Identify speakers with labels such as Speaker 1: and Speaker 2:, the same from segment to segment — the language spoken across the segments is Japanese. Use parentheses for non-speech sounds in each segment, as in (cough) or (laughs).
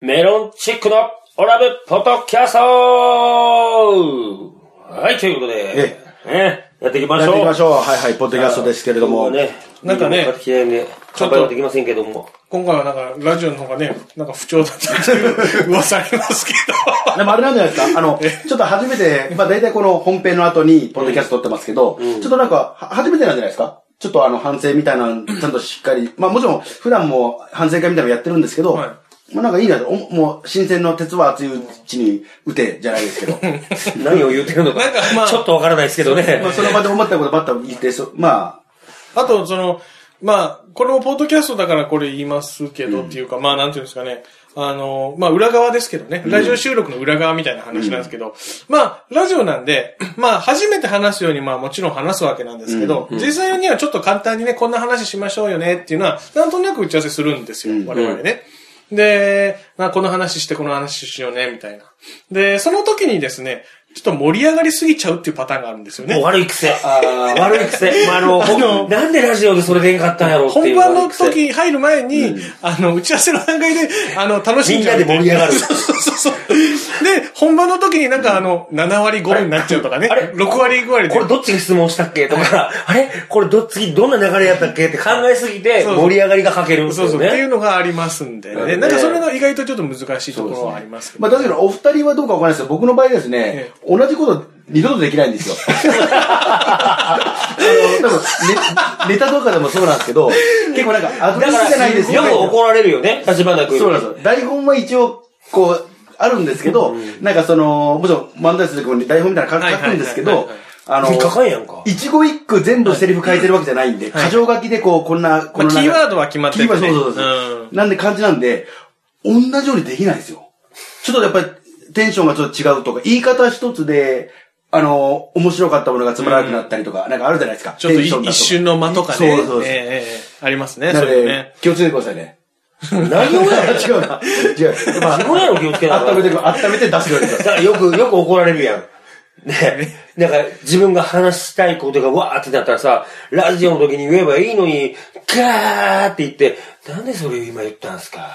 Speaker 1: メロンチックのオラブポトキャストはい、ということで、ね、やっていきまし
Speaker 2: やってい
Speaker 1: ょ
Speaker 2: き
Speaker 1: う。
Speaker 2: ましょう。はいはい、ポッドキャストですけれども。
Speaker 1: 今日はね、
Speaker 3: なんかね
Speaker 1: 気合いで、乾杯はできませんけども。
Speaker 3: 今回はなんか、ラジオの方がね、なんか不調だったっていう噂ありますけど。
Speaker 2: でもあれなんじゃないですか (laughs) あの、ちょっと初めて、まあ大体この本編の後に、ポッドキャスト撮ってますけど、ちょっとなんか、は初めてなんじゃないですかちょっとあの、反省みたいなのちゃんとしっかり、まあもちろん、普段も反省会みたいなのやってるんですけど、
Speaker 3: はい
Speaker 2: まあなんかいいな、おもう、新鮮の鉄は熱いうちに打て、じゃないですけど、 (laughs)
Speaker 1: 何を言ってるのか、
Speaker 3: なんかまあ
Speaker 1: ちょっとわからないですけどね。
Speaker 2: まあその場で思ったことばっか言って、そま
Speaker 3: あと、その、まあ、これもポッドキャストだからこれ言いますけどっていうか、まあ、なんていうんですかね。あの、まあ、裏側ですけどね。ラジオ収録の裏側みたいな話なんですけど、まあ、ラジオなんで、まあ、初めて話すように、まあ、もちろん話すわけなんですけど、実際にはちょっと簡単にね、こんな話しましょうよねっていうのは、なんとなく打ち合わせするんですよ、我々ね。で、まあ、この話して、この話しようね、みたいな。で、その時にですね、ちょっと盛り上がりすぎちゃうっていうパターンがあるんですよね
Speaker 1: もう。悪い癖。悪い癖。 (laughs) まあ、あの、ほなんでラジオでそれ出んかったんやろうってい
Speaker 3: 本
Speaker 1: う
Speaker 3: 番
Speaker 1: 悪い
Speaker 3: の
Speaker 1: 癖。
Speaker 3: 時入る前に、あの、打ち合わせの段階で、あの、楽しん
Speaker 1: みん
Speaker 3: じゃ
Speaker 1: な
Speaker 3: う
Speaker 1: で盛り上がる。
Speaker 3: そうそうそう。で、本番の時になんかあの、7割5分になっちゃうとかね。
Speaker 1: あれ
Speaker 3: 6割5割で。
Speaker 1: これどっちが質問したっけとか、あれこれどっち、どんな流れやったっけって考えすぎて、
Speaker 3: そうそう
Speaker 1: 盛り上がりが欠けるんです
Speaker 3: そう
Speaker 1: よ
Speaker 3: そう。ってい
Speaker 1: ね。
Speaker 3: うのがありますんで
Speaker 1: なるほ
Speaker 3: ね。
Speaker 1: どね
Speaker 3: なんかそれが意外とちょっと難しいところはあります
Speaker 2: あ
Speaker 3: け、
Speaker 2: ま
Speaker 3: ど。
Speaker 2: あ確かにお二人はどうかわからないですけど、僕の場合ですね
Speaker 3: え、
Speaker 2: 同じこと二度とできないんです
Speaker 3: (laughs)
Speaker 2: よ。あの、多分ネ、ネタとかでもそうなんですけど、結構なんか、アドレ
Speaker 1: だか
Speaker 2: スじゃないです
Speaker 1: ら、よく怒られるよね、立花君。
Speaker 2: そうなんですよ。台本は一応、こう、あるんですけど、なんかその、もちろん漫才する時に台本みたいなの書書くんですけ
Speaker 3: はいは
Speaker 2: ど
Speaker 3: いはいはい、
Speaker 2: あの、
Speaker 1: 書かんやんか。
Speaker 2: 一語一句全部セリフ書いてるわけじゃないんで、箇条書きでこう、こんな、こ
Speaker 3: まあ、
Speaker 2: のなん
Speaker 3: キー
Speaker 2: か
Speaker 3: ワードは決まって
Speaker 2: キー
Speaker 3: る
Speaker 2: ワ
Speaker 3: ね
Speaker 2: ードそうそうそう。なんで感じなんで、同じようにできないんですよ。ちょっとやっぱりテンションがちょっと違うとか、言い方一つで、あの、面白かったものがつまらなくなったりとか、なんかあるじゃないですか。
Speaker 3: ちょっと
Speaker 2: テンション
Speaker 3: い
Speaker 2: だ
Speaker 3: 一瞬の間とかね。
Speaker 2: そうそうそう
Speaker 3: ええええありますね。
Speaker 2: な
Speaker 3: そ
Speaker 2: の
Speaker 3: れ
Speaker 2: で
Speaker 3: ね。、
Speaker 2: 気をつけてくださいね。
Speaker 1: 内容やろ
Speaker 2: 違うな。違う。まあ
Speaker 1: 自分やろ気をつけな
Speaker 2: 温めて、温めて出すようにくだ
Speaker 1: だ
Speaker 2: さい。
Speaker 1: からよく、よく怒られるやん。ね。なんか、自分が話したいことがわーってなったらさ、ラジオの時に言えばいいのに、ガーって言って、なんでそれ今言ったんすか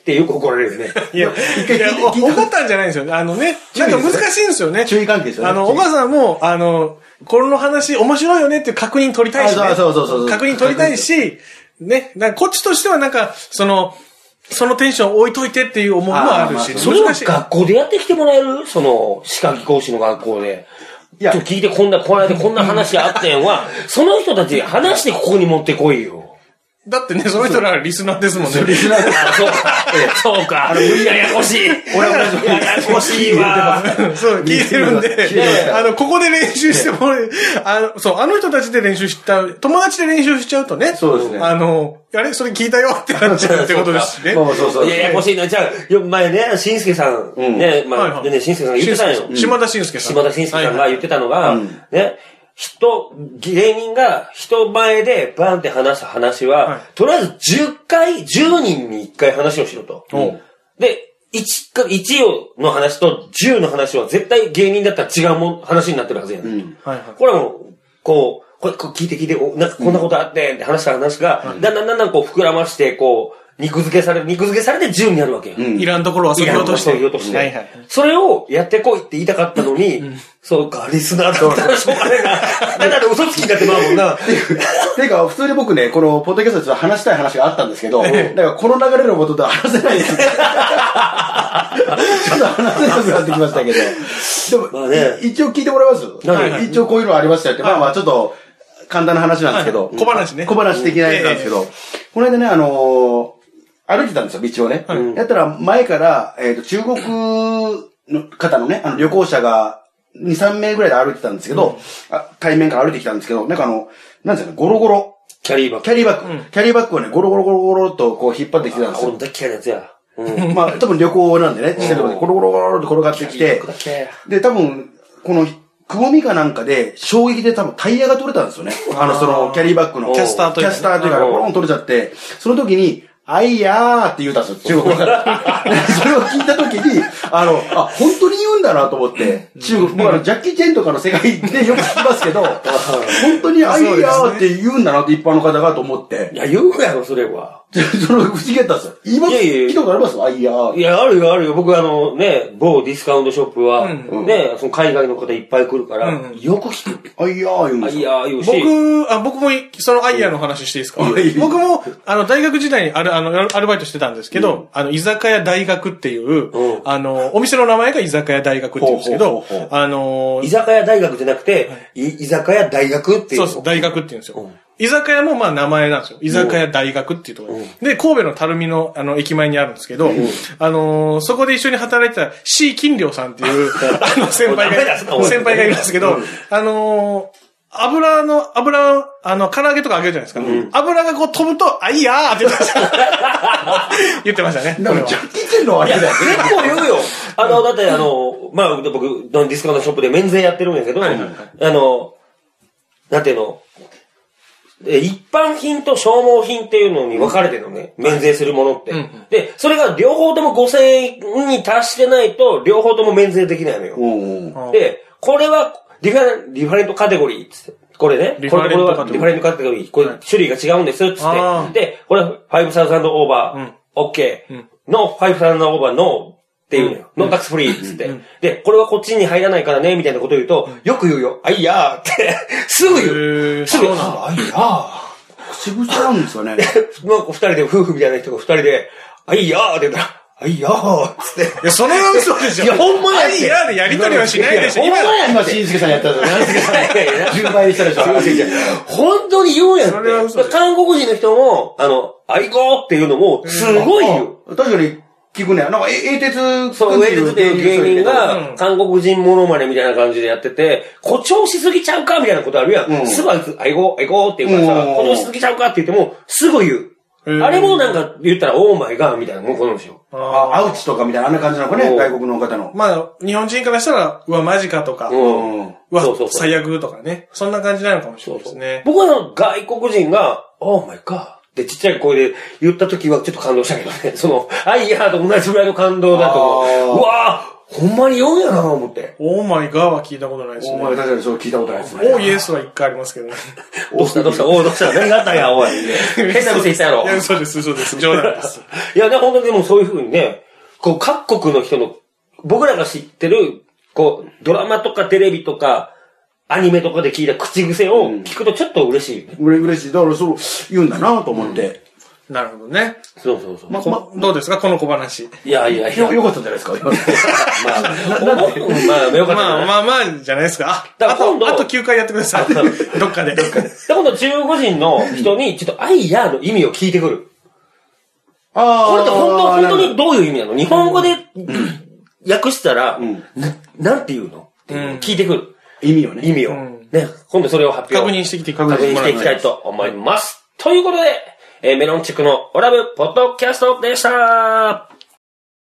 Speaker 1: ってよく怒られるよね。
Speaker 3: いや、
Speaker 2: 一回聞い
Speaker 3: い
Speaker 2: て
Speaker 3: や、
Speaker 2: 聞いて
Speaker 3: お怒ったんじゃないんですよね。あのね、
Speaker 2: 注意
Speaker 3: な
Speaker 2: ですね
Speaker 3: んか難しいんですよね。
Speaker 2: 注意関係ですよね
Speaker 3: あの、お母さんも、あの、この話面白いよねっていう確認取りたいし、ね
Speaker 2: あ。そうそうそうそうそう
Speaker 3: 確認取りたいし、ね、なんかこっちとしてはなんか、その、そのテンション置いといてっていう思いもあるし、
Speaker 2: あーまあ
Speaker 1: それを
Speaker 3: 難しい。
Speaker 1: 学校でやってきてもらえるその、歯科技講師の学校で。
Speaker 2: いや
Speaker 1: と聞いてこんな、この間こんな話あってんは、その人たち話してここに持ってこいよ。
Speaker 3: だってね、その人らはリスナーですもんね。
Speaker 2: リスナー
Speaker 1: あ、そうか。そうか。無理やりややこしい。
Speaker 2: 俺は同じ
Speaker 1: ややこしいわ。
Speaker 3: そう、聞いてる
Speaker 2: 聞
Speaker 3: ん
Speaker 2: いて
Speaker 3: で、あの、ここで練習してもらえあの、そう、あの人たちで練習した、友達で練習しちゃうとね、
Speaker 2: そうですね
Speaker 3: あの、あれそれ聞いたよってなっ
Speaker 1: (laughs)
Speaker 3: ちゃうってことですしね。
Speaker 2: まあまあそうそう。
Speaker 1: ややこしいな。じゃあ、よ前ね、しんすけさん、
Speaker 2: ん
Speaker 1: ね、まあ、
Speaker 3: はいはい
Speaker 1: でね、しんすけさんが言ってたんよ。
Speaker 3: うん島田紳介さん。
Speaker 1: 島田紳介さん
Speaker 3: は
Speaker 1: が
Speaker 3: い
Speaker 1: 言ってたのが、ね、人、芸人が人前でバンって話す話は、
Speaker 3: はい
Speaker 1: とりあえず10回、10人に1回話をしろと。
Speaker 3: うん
Speaker 1: で、1か、一の話と10の話は絶対芸人だったら違うもん話になってるはずやん。
Speaker 3: はいはい
Speaker 1: これはもう、こう、これこう聞いて聞いて、おなんかこんなことあってんって話した話が、だんだんだんだんこう膨らまして、こう、肉付けされる、肉付けされて10になるわけやん。
Speaker 3: いらんところはそぎ落として。
Speaker 1: いらんことをそぎ落として
Speaker 3: はいはい。
Speaker 1: それをやってこいって言いたかったのに、そうか、リスナーだったらしょうがねえ (laughs) な。だから嘘つきになってまうもんな。
Speaker 2: ていうか、普通に僕ね、この、ポッドキャストでちょっと話したい話があったんですけど、なんかこの流れのことでは話せないです。ちょっと話せなくなってきましたけど。でも、
Speaker 1: まあね
Speaker 2: い一応聞いてもらいます
Speaker 1: はいはい
Speaker 2: 一応こういうのありましたよって、まあまあちょっと、簡単な話なんですけど。
Speaker 3: はい小話ね
Speaker 2: 小話的なやつなんですけど、この間ね、あのー歩いてたんですよ、道をね。やったら、前から、えっ、と、中国の方のね、あの、旅行者が、2、3名ぐらいで歩いてたんですけど、あ対面から歩いてきたんですけど、なんかあの、なんですかね、ゴロゴロ。
Speaker 1: キャリーバッグ。
Speaker 2: キャリーバッグ、キャリーバッグをね、ゴロゴロゴロゴロっとこう引っ張ってきてたんです
Speaker 1: 俺
Speaker 2: よ
Speaker 1: の。大っ嫌いなやつや。うん。
Speaker 2: まあ、多分旅行なんでね、してるので、ゴロゴロゴロって転がってきて
Speaker 1: キャリーバッグだけ、
Speaker 2: で、多分、この、くぼみかなんかで、衝撃で多分タイヤが取れたんですよね。あの、その、キャリーバッグの。
Speaker 1: キャス
Speaker 3: ターとい
Speaker 2: キ
Speaker 3: うか
Speaker 2: ャスターというか、
Speaker 1: うん
Speaker 2: ポロン取れちゃって、その時に、あいやーって言うたんですよ、中国から。で (laughs) それを聞いた時に、あの、あ、本当に言うんだなと思って、中国、僕あの、ジャッキー・チェンとかの世界でよく聞きます (laughs) けど、本当にあいやーって言うんだなって一般の方がと思って
Speaker 1: い。や、言うやろ、それは。
Speaker 2: その不思議やったんですよ。言います
Speaker 1: いやいやいや
Speaker 2: 聞いたことありますあ、いやー。
Speaker 1: いや、あるよ、あるよ。僕、あの、ね、某ディスカウントショップは、
Speaker 3: う
Speaker 1: ね、その海外の方いっぱい来るから、
Speaker 3: うんうん
Speaker 1: よく聞く。
Speaker 2: あ、いやー、言うん
Speaker 1: あ、
Speaker 2: です
Speaker 1: い
Speaker 2: よ。
Speaker 1: やー、言うし。
Speaker 3: 僕、あ、僕もい、そのアイヤーの話していいですか、
Speaker 2: うん
Speaker 3: 僕も、あの、大学時代にある、あの、アルアルバイトしてたんですけど、あの、居酒屋大学っていう、
Speaker 1: うん
Speaker 3: あの、お店の名前が居酒屋大学っていうんです
Speaker 2: ほ
Speaker 3: け
Speaker 2: う
Speaker 3: ど
Speaker 2: ほうほう、ほ
Speaker 3: あの
Speaker 1: 居、酒屋大学じゃなくて、い居酒屋大学っていう
Speaker 3: そう
Speaker 1: の。
Speaker 3: そう、大学って言うんです
Speaker 1: う
Speaker 3: よ
Speaker 1: ん。
Speaker 3: 居酒屋もまあ名前なんですよ。居酒屋大学っていうところで。で、神戸の垂水のあの駅前にあるんですけど、あのーそこで一緒に働いてた C 金良さんって
Speaker 1: (laughs)
Speaker 3: いう、あの先輩
Speaker 1: もうダメだそんなも
Speaker 3: が、
Speaker 1: ん
Speaker 3: 先輩がいるんですけど、あのー油の、油、あの、唐揚げとか揚げるじゃないですか。油がこう飛ぶと、あ、いいやーって言ってました。
Speaker 1: (laughs)
Speaker 3: 言ってましたね。
Speaker 2: なんか、ジャッキー・チェンのあれだよね。
Speaker 1: 結構言うよ。 (laughs) あの、だってあの、まあ、僕、ディスカウントショップで免税やってるんやけど、あの、なんていうの、え一般品と消耗品っていうのに分かれてるのね。免税するものって
Speaker 3: うんうん。
Speaker 1: で、それが両方とも5000円に達してないと、両方とも免税できないのよ。
Speaker 2: うんうん。
Speaker 3: うん
Speaker 1: で、これはリファレン、リファレントカテゴリーっつって。これね。
Speaker 3: リファレントカテゴリー
Speaker 1: これこれはリファレントカテゴリー。これ種類が違うんですっつ
Speaker 3: あ
Speaker 1: っ
Speaker 3: ー
Speaker 1: て。で、これ5000オーバ
Speaker 3: うん
Speaker 1: ー、OK、の5000オーバー、ノーっていうのよ。ノータックスフリーっつって。で、これはこっちに入らないからね、みたいなこと言うと、よく言うよ。あ、いやーって、 (laughs) すぐ言う。
Speaker 3: へー
Speaker 1: すぐ
Speaker 3: そうなんだ。
Speaker 2: あ、いやー。口々なんですよ (laughs) ね。
Speaker 1: なんか二人で、夫婦みたいな人が二人で、あ、いやーって言ったら、あ、いやーっつって。
Speaker 3: いや、それは嘘でしょ。
Speaker 1: いやほんまやって
Speaker 3: あいやーでやりとりはしないでしょ。
Speaker 1: い
Speaker 3: 今
Speaker 1: やほんまや
Speaker 2: 今、しんすけさんやったんですよ。10倍にしたでしょ。
Speaker 1: 本当に言うんや
Speaker 3: それは
Speaker 1: っ
Speaker 3: 嘘
Speaker 1: て。
Speaker 3: です
Speaker 1: 韓国人の人も、あの、アイゴーっていうのも、すごい言う。
Speaker 2: あ確かに、聞くね。なんか、え英鉄君
Speaker 1: そう、ウェイズっていう芸人
Speaker 3: うん
Speaker 1: が、韓国人モノマネみたいな感じでやってて、誇張しすぎちゃうかみたいなことあるや
Speaker 2: うん
Speaker 1: ん。すぐあいつ、あいごー、あいごーって言うからさ、
Speaker 2: うん
Speaker 1: 誇張しすぎちゃうかって言っても、すぐ言う。
Speaker 3: うん
Speaker 1: あれもなんか言ったら、オーマイガーみたいなもんこのでしょ。
Speaker 2: あ、アウチとかみたいな、あんな感じなのかね、
Speaker 1: うん
Speaker 2: 外国の方の。
Speaker 3: まあ、日本人からしたら、うわ、マジかとか、う
Speaker 1: うん。そ
Speaker 3: わ
Speaker 1: うそうそう、
Speaker 3: 最悪とかね。そんな感じなのかもしれないですね。
Speaker 1: 僕はあの外国人が、オーマイガーってちっちゃい声で言った時はちょっと感動したけどね。 (laughs) その、アイヤーと同じぐらいの感動だと思
Speaker 2: あ
Speaker 1: う。
Speaker 2: ー
Speaker 1: うわぁ、ほんまに言うんやなと思って。
Speaker 3: オーマイガーは聞いたことないです
Speaker 2: お
Speaker 3: ね。
Speaker 2: 前、確かにそう聞いたことないです
Speaker 3: オー
Speaker 2: ね。
Speaker 3: イエスは一回ありますけど
Speaker 1: (laughs)
Speaker 3: ね。
Speaker 1: どうしたどうしたおうどうした何があったんや、おい。 (laughs) 変な店したやろ
Speaker 3: い。や、そうです、そうです。冗談
Speaker 1: (laughs)
Speaker 3: です。
Speaker 1: いや、ね、本当にでもそういう風にね、こう、各国の人の、僕らが知ってる、こう、ドラマとかテレビとか、アニメとかで聞いた口癖を聞くとちょっと嬉しいよね。
Speaker 2: うれ嬉しい。だから、そう、言うんだなと思って。
Speaker 3: なるほどね。
Speaker 1: そうそうそう。
Speaker 2: ま、ま、
Speaker 3: こどうですかこの小話。
Speaker 1: いやいやいや
Speaker 2: よ、。よかったんじゃないですか、今。
Speaker 1: まあ、まあ、よかった
Speaker 3: ま
Speaker 1: な
Speaker 3: あまあまあ、じゃないですか。あ、
Speaker 1: だ
Speaker 3: あ
Speaker 1: から今
Speaker 3: と、
Speaker 1: 度
Speaker 3: あと9回やってください。どっかで。
Speaker 1: で、今度中国人の人に、ちょっとアイヤーの意味を聞いてくる。
Speaker 2: あ
Speaker 1: これって本当、
Speaker 2: な
Speaker 1: 本当
Speaker 2: るほど
Speaker 1: にどういう意味なの日本語で訳したら、ななんて言うのっていうのを聞いてくる。
Speaker 2: 意味をね。
Speaker 1: 意味を。ね、今度それを発表。
Speaker 3: 確認してきて、確
Speaker 1: 確認
Speaker 3: も
Speaker 1: し
Speaker 3: ら
Speaker 1: ていきたいと思います。ということで、えーメロンチックのオラブポッドキャストでした